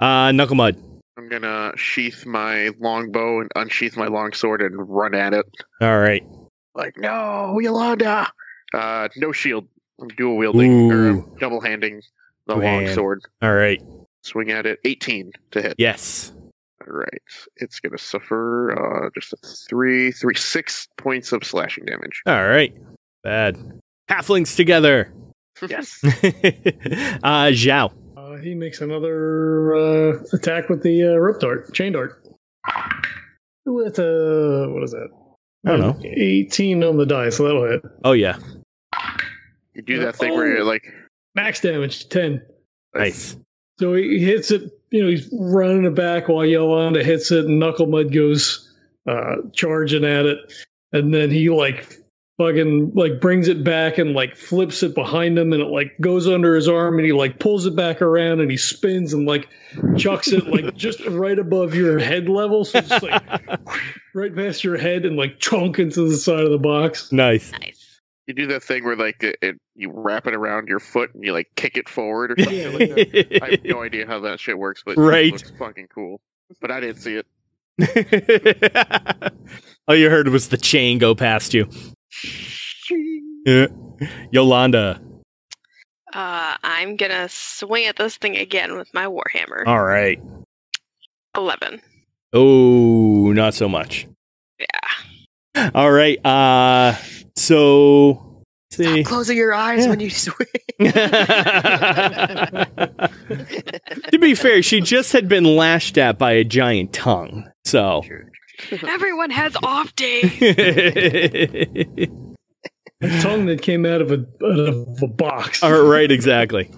Speaker 1: Uh, Knuckle Mud.
Speaker 3: I'm gonna sheath my longbow and unsheath my longsword and run at it.
Speaker 1: All right.
Speaker 3: Like, no, Yolanda. Uh, no shield. I'm dual wielding
Speaker 1: Ooh.
Speaker 3: or double handing the
Speaker 1: Man.
Speaker 3: longsword.
Speaker 1: All right.
Speaker 3: Swing at it. 18 to hit.
Speaker 1: Yes.
Speaker 3: All right. It's gonna suffer uh, just a three, three, six points of slashing damage.
Speaker 1: All right. Bad. Halflings together.
Speaker 3: Yes.
Speaker 1: uh, Zhao.
Speaker 4: Uh, he makes another uh, attack with the uh, rope dart, chain dart. Ooh, That's a what is that?
Speaker 1: I don't know.
Speaker 4: Eighteen on the die, so that'll hit.
Speaker 1: Oh, yeah.
Speaker 3: You do that thing where you're like,
Speaker 4: Max damage ten.
Speaker 1: Nice.
Speaker 4: So he hits it. You know, he's running it back while Yolanda hits it, and Knuckle Mud goes uh, charging at it, and then he like fucking like brings it back and like flips it behind him, and it like goes under his arm, and he like pulls it back around, and he spins and like chucks it like just right above your head level, so just like right past your head, and like chunk into the side of the box.
Speaker 1: nice.
Speaker 8: nice.
Speaker 3: you do that thing where like it, it, you wrap it around your foot and you like kick it forward or something like that. I have no idea how that shit works, but
Speaker 1: Right.
Speaker 3: it looks fucking cool. but I didn't see it.
Speaker 1: All you heard was the chain go past you. Yeah. Yolanda.
Speaker 8: Uh, I'm gonna swing at this thing again with my warhammer.
Speaker 3: Oh.
Speaker 1: All right.
Speaker 8: Eleven.
Speaker 1: Oh, not so much.
Speaker 8: Yeah.
Speaker 1: All right. Uh so let's see.
Speaker 7: Closing your eyes
Speaker 1: Yeah.
Speaker 7: when you swing.
Speaker 1: to be fair, she just had been lashed at by a giant tongue. So
Speaker 8: Everyone has off days.
Speaker 1: All
Speaker 4: A tongue that came out of a out of a box.
Speaker 1: right, exactly.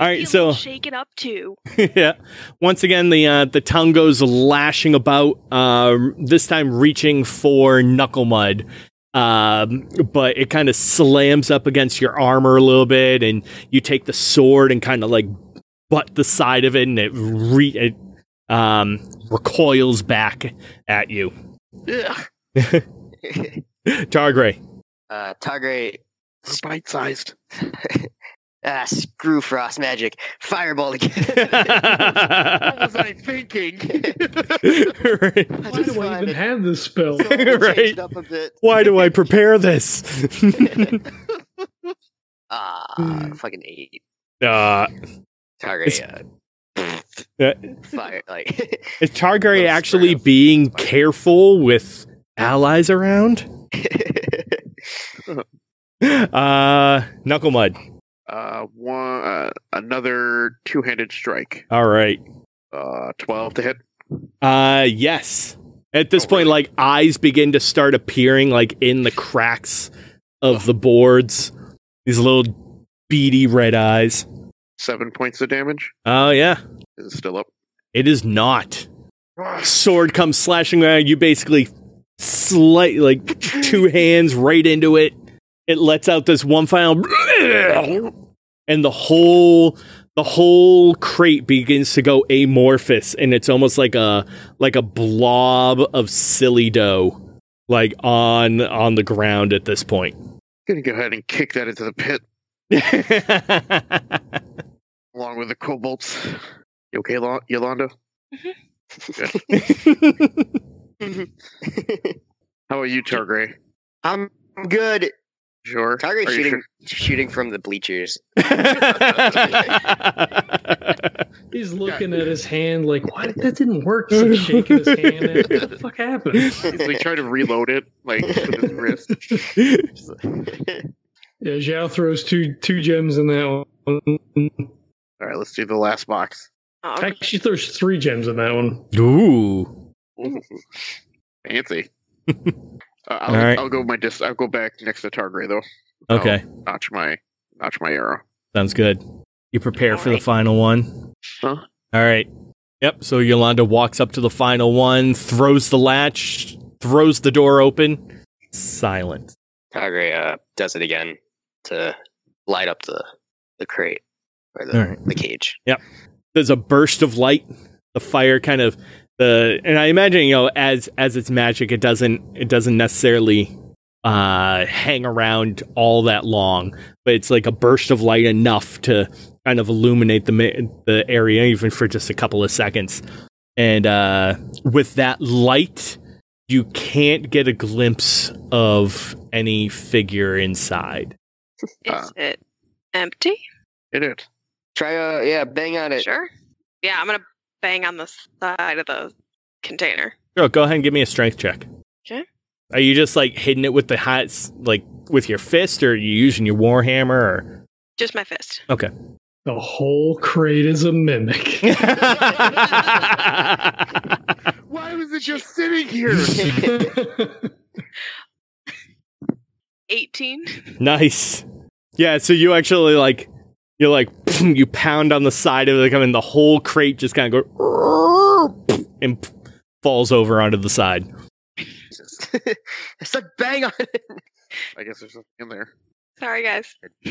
Speaker 1: All right,
Speaker 8: Feel
Speaker 1: so-
Speaker 8: shaken up too.
Speaker 1: yeah. Once again, the uh, the tongue goes lashing about. Uh, this time, reaching for knuckle mud, um, but it kind of slams up against your armor a little bit, and you take the sword and kind of like butt the side of it, and it re it um, recoils back at you.
Speaker 3: Yeah,
Speaker 1: Targray.
Speaker 7: uh, Targray,
Speaker 3: it's bite sized.
Speaker 7: ah, screw frost magic. Fireball again.
Speaker 3: What was
Speaker 1: Right.
Speaker 3: I thinking?
Speaker 4: Why do I even have this spell?
Speaker 1: So- Right.
Speaker 7: right. up a bit.
Speaker 1: Why do I prepare this? Hmm.
Speaker 7: Ah, fucking eight.
Speaker 1: uh,
Speaker 7: Target uh,
Speaker 1: Yeah.
Speaker 7: fire like
Speaker 1: Is Targaryen
Speaker 7: Little
Speaker 1: actually
Speaker 7: screw.
Speaker 1: being careful with allies around? Uh, knuckle mud.
Speaker 3: Uh, one uh, another two handed strike.
Speaker 1: All right.
Speaker 3: Uh, twelve to hit.
Speaker 1: Uh, yes. At this
Speaker 3: Oh,
Speaker 1: point,
Speaker 3: really?
Speaker 1: like eyes begin to start appearing, like in the cracks of the boards. These little beady red eyes.
Speaker 3: Seven points of damage.
Speaker 1: Oh yeah,
Speaker 3: Is it still up?
Speaker 1: it is not. Sword comes slashing around. You basically slight like two hands right into it. It lets out this one final and the whole the whole crate begins to go amorphous and it's almost like a like a blob of silly dough like on on the ground at this point
Speaker 3: Gonna go ahead and kick that into the pit along with the kobolds. You okay, Lo- Yolanda? How about you, Targray?
Speaker 7: I'm good.
Speaker 3: Sure.
Speaker 7: Target
Speaker 3: Are you
Speaker 7: shooting
Speaker 3: sure?
Speaker 7: shooting from the bleachers.
Speaker 4: He's looking at his hand like, why did- that didn't work? He's like shaking his hand. At, it. what the fuck happened?
Speaker 3: He's like trying to reload it, like with his wrist.
Speaker 4: Yeah, Zhao throws two two gems in that one.
Speaker 3: All right, let's do the last box.
Speaker 8: Oh,
Speaker 4: Actually, she throws three gems in that one.
Speaker 1: Ooh.
Speaker 3: Fancy. Uh, I'll,
Speaker 1: All right.
Speaker 3: I'll go my dis- I'll go back next to Targray though.
Speaker 1: Okay.
Speaker 3: Notch my notch my arrow.
Speaker 1: Sounds good. You prepare for the
Speaker 8: Alright.
Speaker 1: final one.
Speaker 3: Huh?
Speaker 1: All right. Yep. So Yolanda walks up to the final one, throws the latch, throws the door open. Silent.
Speaker 7: Target uh, does it again to light up the the crate or the,
Speaker 1: All right.
Speaker 7: the cage.
Speaker 1: there's a burst of light the fire kind of the and i imagine you know as as it's magic it doesn't it doesn't necessarily uh hang around all that long but it's like a burst of light enough to kind of illuminate the ma- the area even for just a couple of seconds and uh with that light you can't get a glimpse of any figure inside
Speaker 8: is it empty?
Speaker 3: It is.
Speaker 7: Try uh yeah, bang on it.
Speaker 8: Sure. Yeah, I'm gonna bang on the side of the container.
Speaker 1: Girl, go ahead and give me a strength check.
Speaker 8: Okay.
Speaker 1: Are you just like hitting it with the hot, s- like with your fist, or are you using your warhammer? Or
Speaker 8: Just my fist.
Speaker 4: The whole crate is a mimic.
Speaker 3: Why was it just sitting here?
Speaker 8: Eighteen.
Speaker 1: nice. Yeah. So you actually like you're like you pound on the side of it, and the whole crate just kind of goes and falls over onto the side.
Speaker 7: Jesus. I said bang on it.
Speaker 3: I guess there's something in there.
Speaker 8: Sorry, guys.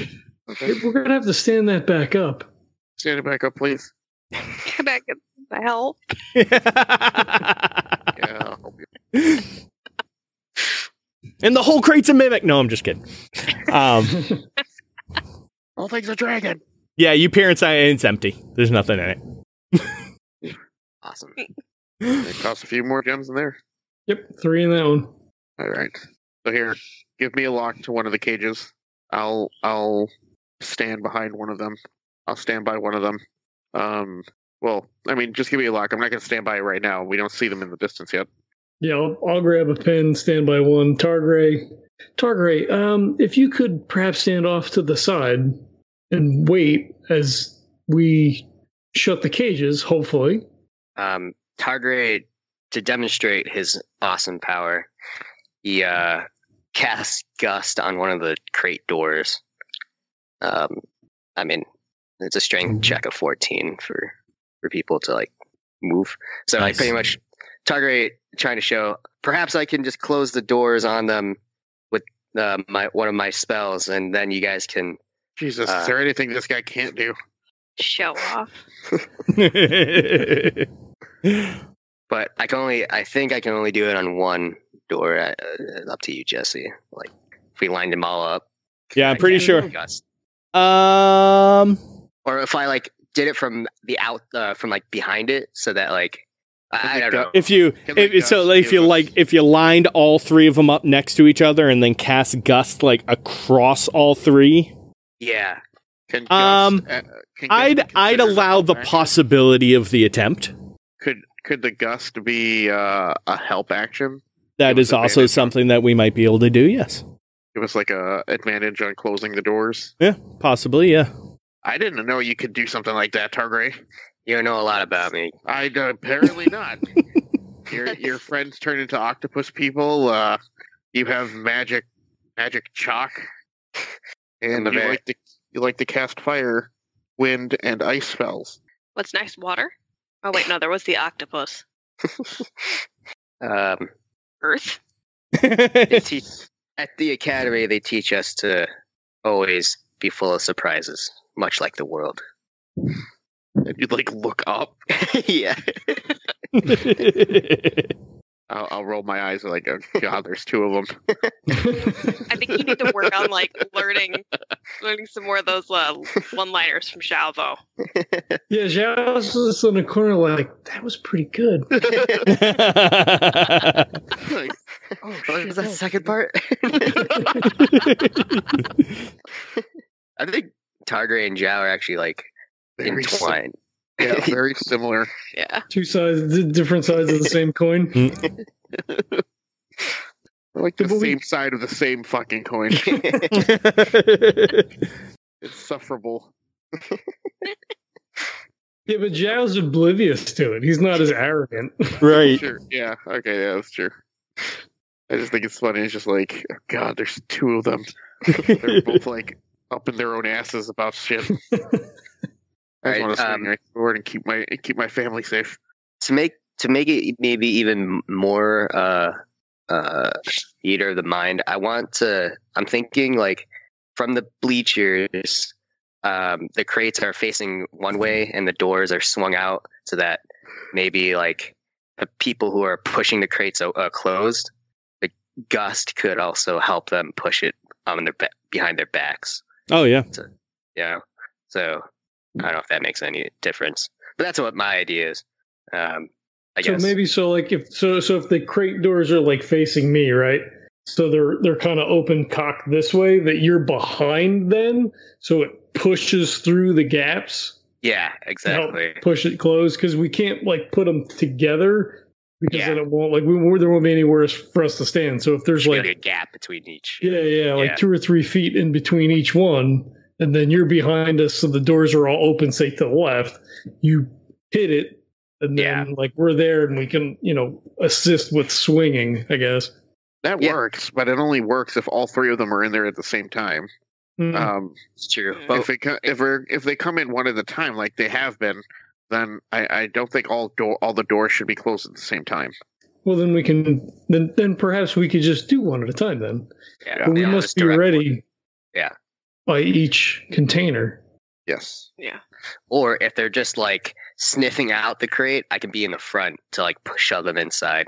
Speaker 3: Okay.
Speaker 4: We're gonna have to stand that back up.
Speaker 3: Stand it back up, please.
Speaker 8: Can I get the help?
Speaker 3: Yeah, I'll help you.
Speaker 1: and the whole crate's a mimic. No, I'm just kidding. Um,
Speaker 3: All things a dragon.
Speaker 1: yeah, you parents, I it's empty. There's nothing in it.
Speaker 7: Awesome.
Speaker 3: It costs a few more gems in there.
Speaker 4: Yep, three in that one.
Speaker 3: All right. So here, give me a lock to one of the cages. I'll I'll stand behind one of them. I'll stand by one of them. Um. Well, I mean, just give me a lock. I'm not going to stand by it right now. We don't see them in the distance yet.
Speaker 4: Yeah, I'll, I'll grab a pen, stand by one. Targray, Targray, um, if you could perhaps stand off to the side and wait as we shut the cages, hopefully.
Speaker 7: Um, Targray, to demonstrate his awesome power, he uh, casts gust on one of the crate doors. Um, I mean, it's a strength check of fourteen for for people to like move. So like
Speaker 9: Nice.
Speaker 7: pretty much, Targray trying to show perhaps I can just close the doors on them with uh, my one of my spells, and then you guys can.
Speaker 3: Jesus,
Speaker 7: Uh,
Speaker 3: is there anything this guy can't do?
Speaker 8: Show off.
Speaker 7: But I can only I think I can only do it on one door. Uh, up to you, Jesse. Like if we lined them all up.
Speaker 9: yeah, I'm
Speaker 7: I
Speaker 9: pretty
Speaker 7: can't
Speaker 9: sure.
Speaker 7: do gust.
Speaker 9: Um,
Speaker 7: or if I like did it from the out uh, from like behind it, so that like I, I don't know.
Speaker 9: if you
Speaker 3: Can they
Speaker 9: if, so
Speaker 3: gust
Speaker 9: like, if
Speaker 3: do
Speaker 9: you
Speaker 3: it?
Speaker 9: like if you lined all three of them up next to each other and then cast gust like across all three,
Speaker 7: yeah,
Speaker 3: Can
Speaker 9: Um,
Speaker 3: Gust, uh, can Gust
Speaker 9: I'd
Speaker 3: be
Speaker 9: I'd
Speaker 3: considered
Speaker 9: allow
Speaker 3: an
Speaker 9: the
Speaker 3: action?
Speaker 9: possibility of the attempt.
Speaker 3: Could could the gust be uh, a help action?
Speaker 9: That
Speaker 3: Give us
Speaker 9: is also
Speaker 3: advantage.
Speaker 9: something that we might be able to do. Yes,
Speaker 3: It was like a advantage on closing the doors.
Speaker 9: possibly. Yeah.
Speaker 3: I didn't know you could do something like that, Targray.
Speaker 7: you don't know a lot about me.
Speaker 3: I uh, apparently not. your your friends turn into octopus people. Uh, you have magic magic chalk, and
Speaker 7: And the
Speaker 3: you
Speaker 7: va-
Speaker 3: like to you like to cast fire, wind, and ice spells.
Speaker 8: What's next? Water? Oh wait, no, there was the octopus.
Speaker 7: Um,
Speaker 8: Earth?
Speaker 7: they teach at the academy. They teach us to always be full of surprises, much like the world.
Speaker 3: And you like look up.
Speaker 7: yeah,
Speaker 3: I'll, I'll roll my eyes like, oh, God, there's two of them.
Speaker 8: I think you need to work on like learning learning some more of those uh, one liners from Shalvo.
Speaker 4: Yeah, Zhao's just in the corner like, that was pretty good.
Speaker 3: Like, oh, shit.
Speaker 7: was that second part? I think Targray and Zhao are actually like
Speaker 3: Very sim-
Speaker 7: entwined.
Speaker 3: yeah, very similar.
Speaker 8: Yeah.
Speaker 4: Two sides, d- different sides of the same coin.
Speaker 3: Like the
Speaker 4: But we-
Speaker 3: same side of the same fucking coin. It's sufferable.
Speaker 4: Yeah, but Zhao's oblivious to it. He's not as arrogant.
Speaker 9: right.
Speaker 3: Sure. Yeah. Okay. Yeah, that's true. I just think it's funny. It's just like, oh, God, there's two of them. They're both like up in their own asses about shit. I just
Speaker 7: Right,
Speaker 3: want to swing
Speaker 7: um,
Speaker 3: my sword and keep my keep my family safe.
Speaker 7: to make to make it maybe even more uh uh theater of the mind i want to i'm thinking like from the bleachers um the crates are facing one way and the doors are swung out so that maybe like the people who are pushing the crates o- uh, closed the gust could also help them push it on their ba- behind their backs
Speaker 9: Oh yeah.
Speaker 7: yeah so i don't know if that makes any difference but that's what my idea is um i
Speaker 4: so
Speaker 7: guess
Speaker 4: maybe so like if so so if the crate doors are like facing me, right? So they're they're kind of open cocked this way that you're behind then, so it pushes through the gaps
Speaker 7: Yeah,
Speaker 4: to help
Speaker 7: exactly.
Speaker 4: push it closed because we can't like put them together because
Speaker 7: Yeah.
Speaker 4: then it won't like we won't- there won't be anywhere for us to stand. So if there's
Speaker 7: There's
Speaker 4: like
Speaker 7: to be a gap between each.
Speaker 4: Yeah, yeah, like
Speaker 7: Yeah.
Speaker 4: two or three feet in between each one, and then you're behind us, so the doors are all open, say to the left. You hit it, and then like we're there, and we can you know assist with swinging, I guess.
Speaker 3: That
Speaker 7: Yeah.
Speaker 3: works, but it only works if all three of them are in there at the same time.
Speaker 4: Hmm.
Speaker 7: Uh.
Speaker 3: Um,
Speaker 7: It's true.
Speaker 8: Mm.
Speaker 3: but if it co- if we're, if they come in one at a time, like they have been, then I, I don't think all door all the doors should be closed at the same time.
Speaker 4: well, then we can then then perhaps we could just do one at a time then.
Speaker 7: yeah,
Speaker 4: but we
Speaker 7: Oh, yeah,
Speaker 4: must
Speaker 7: just
Speaker 4: be
Speaker 7: direct
Speaker 4: ready.
Speaker 7: one. Yeah.
Speaker 4: By each container.
Speaker 3: Yes.
Speaker 7: Or if they're just like sniffing out the crate, I can be in the front to like push shove them inside.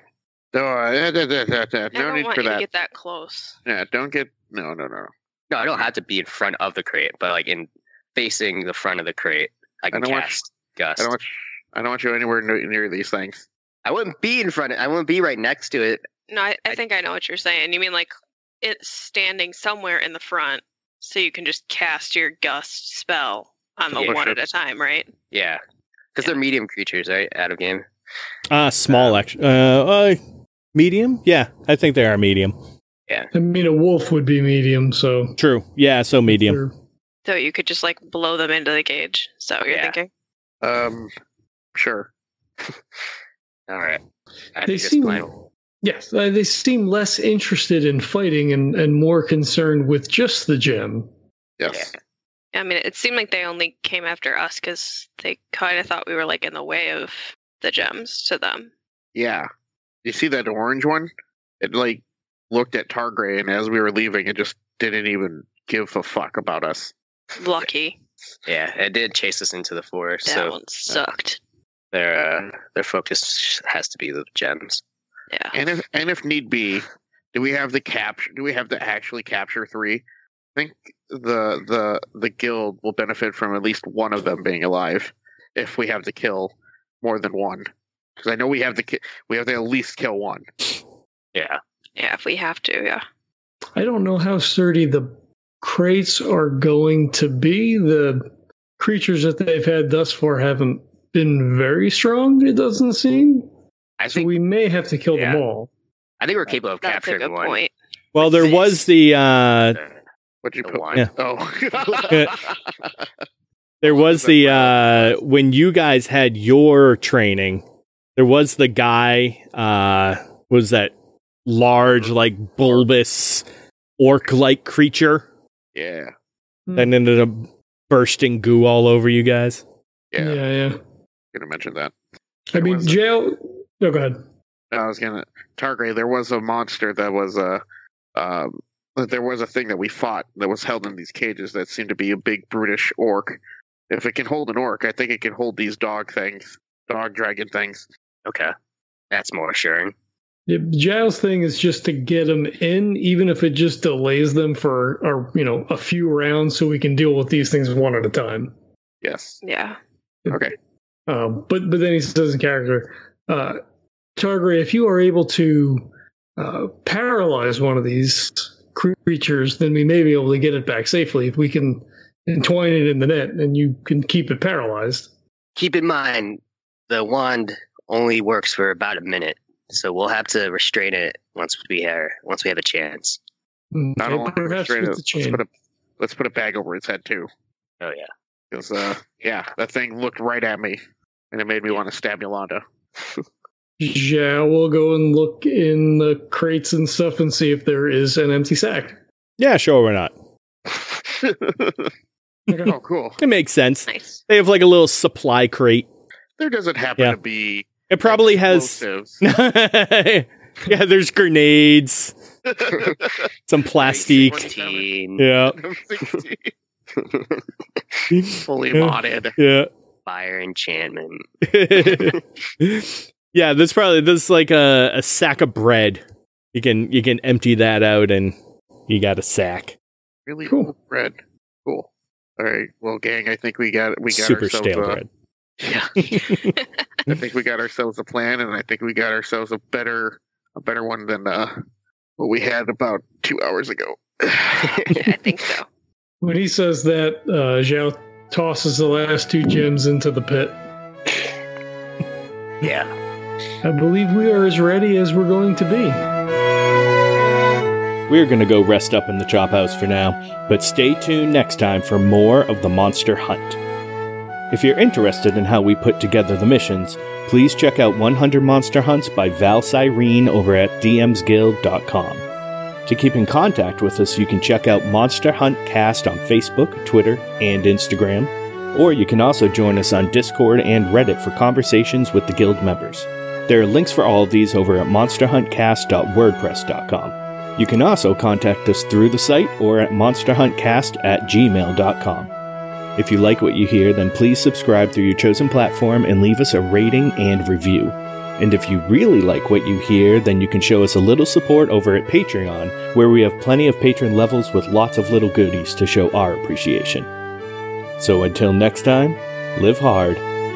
Speaker 3: No, uh, da- da- da- da-
Speaker 8: I
Speaker 3: no
Speaker 8: don't
Speaker 3: need
Speaker 8: want
Speaker 3: for
Speaker 8: you
Speaker 3: that.
Speaker 8: to get that close.
Speaker 3: Yeah, don't get. No, no, no.
Speaker 7: No, I don't have to be in front of the crate, but like in facing the front of the crate, I can
Speaker 3: don't want-
Speaker 7: cast Gust.
Speaker 3: I don't want. I don't want you anywhere near, near these things.
Speaker 7: I wouldn't be in front of I wouldn't be right next to it.
Speaker 8: No, I, I think I know what you're saying. You mean like it's standing somewhere in the front, so you can just cast your gust spell on the
Speaker 7: Yeah,
Speaker 8: one
Speaker 7: sure.
Speaker 8: at a time, right?
Speaker 7: Yeah. Because they're medium creatures, right? Out of game.
Speaker 9: Uh small action. Uh, uh medium? Yeah, I think they are medium.
Speaker 4: I mean, a wolf would be medium, so
Speaker 9: True. Yeah, so medium.
Speaker 4: they're-
Speaker 8: So you could just like blow them into the cage. So you're
Speaker 7: Yeah.
Speaker 8: thinking.
Speaker 3: Um, sure.
Speaker 7: All right. I
Speaker 4: They
Speaker 7: think it's
Speaker 4: seem-
Speaker 7: fine.
Speaker 4: yes, uh, they seem less interested in fighting and, and more concerned with just the gem.
Speaker 3: Yes.
Speaker 8: I mean, it seemed like they only came after us because they kind of thought we were like in the way of the gems to them.
Speaker 3: Yeah. You see that orange one? It like looked at Targray, and as we were leaving, it just didn't even give a fuck about us.
Speaker 8: Lucky.
Speaker 7: Yeah, it did chase us into the forest,
Speaker 8: That
Speaker 7: so
Speaker 8: one sucked.
Speaker 7: their uh, their focus has to be the gems.
Speaker 8: Yeah.
Speaker 3: And if and if need be, do we have the capture? Do we have to actually capture three? I think the the the guild will benefit from at least one of them being alive if we have to kill more than one. Because I know we have to ki- we have to at least kill one.
Speaker 7: Yeah.
Speaker 8: Yeah, if we have to, yeah.
Speaker 4: I don't know how sturdy the crates are going to be. The creatures that they've had thus far haven't been very strong, it doesn't seem.
Speaker 7: I
Speaker 4: So
Speaker 7: think
Speaker 4: we may have to kill
Speaker 7: yeah.
Speaker 4: them all.
Speaker 7: I think we're capable of
Speaker 8: That's a
Speaker 7: capturing
Speaker 8: good
Speaker 7: one.
Speaker 8: point.
Speaker 9: Well, there was the uh
Speaker 3: What'd you
Speaker 7: The
Speaker 3: put?
Speaker 7: one.
Speaker 9: Yeah.
Speaker 3: Oh,
Speaker 9: There was the uh when you guys had your training, there was the guy uh was that large like bulbous orc like creature
Speaker 3: yeah,
Speaker 9: that ended up bursting goo all over you guys.
Speaker 3: yeah.
Speaker 4: yeah. yeah.
Speaker 3: Gonna mention that.
Speaker 4: I
Speaker 3: There
Speaker 4: mean,
Speaker 3: was a-
Speaker 4: jail. No, go ahead.
Speaker 3: I was gonna Targray. There was a monster that was a, um, that there was a thing that we fought that was held in these cages that seemed to be a big brutish orc. If it can hold an orc, I think it can hold these dog things, dog dragon things.
Speaker 7: Okay. That's more assuring.
Speaker 4: Yeah, Giles' thing is just to get them in, even if it just delays them for, or you know, a few rounds, so we can deal with these things one at a time.
Speaker 3: Yes.
Speaker 8: Yeah.
Speaker 3: Okay.
Speaker 4: Um, but but then he says in character, uh, Targaryen, if you are able to uh, paralyze one of these creatures, then we may be able to get it back safely if we can entwine it in the net and you can keep it paralyzed.
Speaker 7: Keep in mind the wand only works for about a minute, so we'll have to restrain it once we are once we have a chance.
Speaker 3: Not
Speaker 4: Okay,
Speaker 3: only
Speaker 4: perhaps
Speaker 3: restrain
Speaker 4: with
Speaker 3: it,
Speaker 4: the
Speaker 3: let's
Speaker 4: chain.
Speaker 3: put a let's put a bag over its head too,
Speaker 7: Oh yeah.
Speaker 3: because uh, yeah, that thing looked right at me, and it made me want to stab Yolanda.
Speaker 4: Yeah, we'll go and look in the crates and stuff and see if there is an empty sack.
Speaker 9: Yeah, sure we're not.
Speaker 3: oh, cool.
Speaker 9: It makes sense.
Speaker 8: Nice.
Speaker 9: They have like a little supply crate.
Speaker 3: There doesn't happen
Speaker 9: Yeah.
Speaker 3: to be
Speaker 9: It probably has
Speaker 3: explosives.
Speaker 9: Yeah, there's grenades, some plastic.
Speaker 7: Fifteen
Speaker 9: Yeah.
Speaker 3: Fully
Speaker 9: Yeah.
Speaker 3: modded.
Speaker 9: Yeah.
Speaker 7: fire enchantment.
Speaker 9: yeah, this probably this is like a, a sack of bread. You can you can empty that out and you got a sack.
Speaker 3: Really
Speaker 4: Cool.
Speaker 3: old bread. Cool. All right. Well, gang, I think we got we got
Speaker 9: Super
Speaker 3: ourselves
Speaker 9: stale
Speaker 3: a,
Speaker 9: bread.
Speaker 3: Yeah. I think we got ourselves a plan, and I think we got ourselves a better a better one than uh, what we had about two hours ago.
Speaker 8: I think so.
Speaker 4: When he says that, uh, Zhao tosses the last two gems into the pit.
Speaker 7: Yeah.
Speaker 4: I believe we are as ready as we're going to be.
Speaker 1: We're going to go rest up in the chop house for now, but stay tuned next time for more of the Monster Hunt. If you're interested in how we put together the missions, please check out 100 Monster Hunts by Val Cyrene over at dmsguild.com. To keep in contact with us, you can check out Monster Hunt Cast on Facebook, Twitter, and Instagram, or you can also join us on Discord and Reddit for conversations with the guild members. There are links for all of these over at monsterhuntcast.wordpress.com. You can also contact us through the site or at monsterhuntcast at gmail.com. If you like what you hear, then please subscribe through your chosen platform and leave us a rating and review. And if you really like what you hear, then you can show us a little support over at Patreon, where we have plenty of patron levels with lots of little goodies to show our appreciation. So until next time, live hard,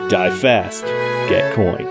Speaker 1: die fast, get coin.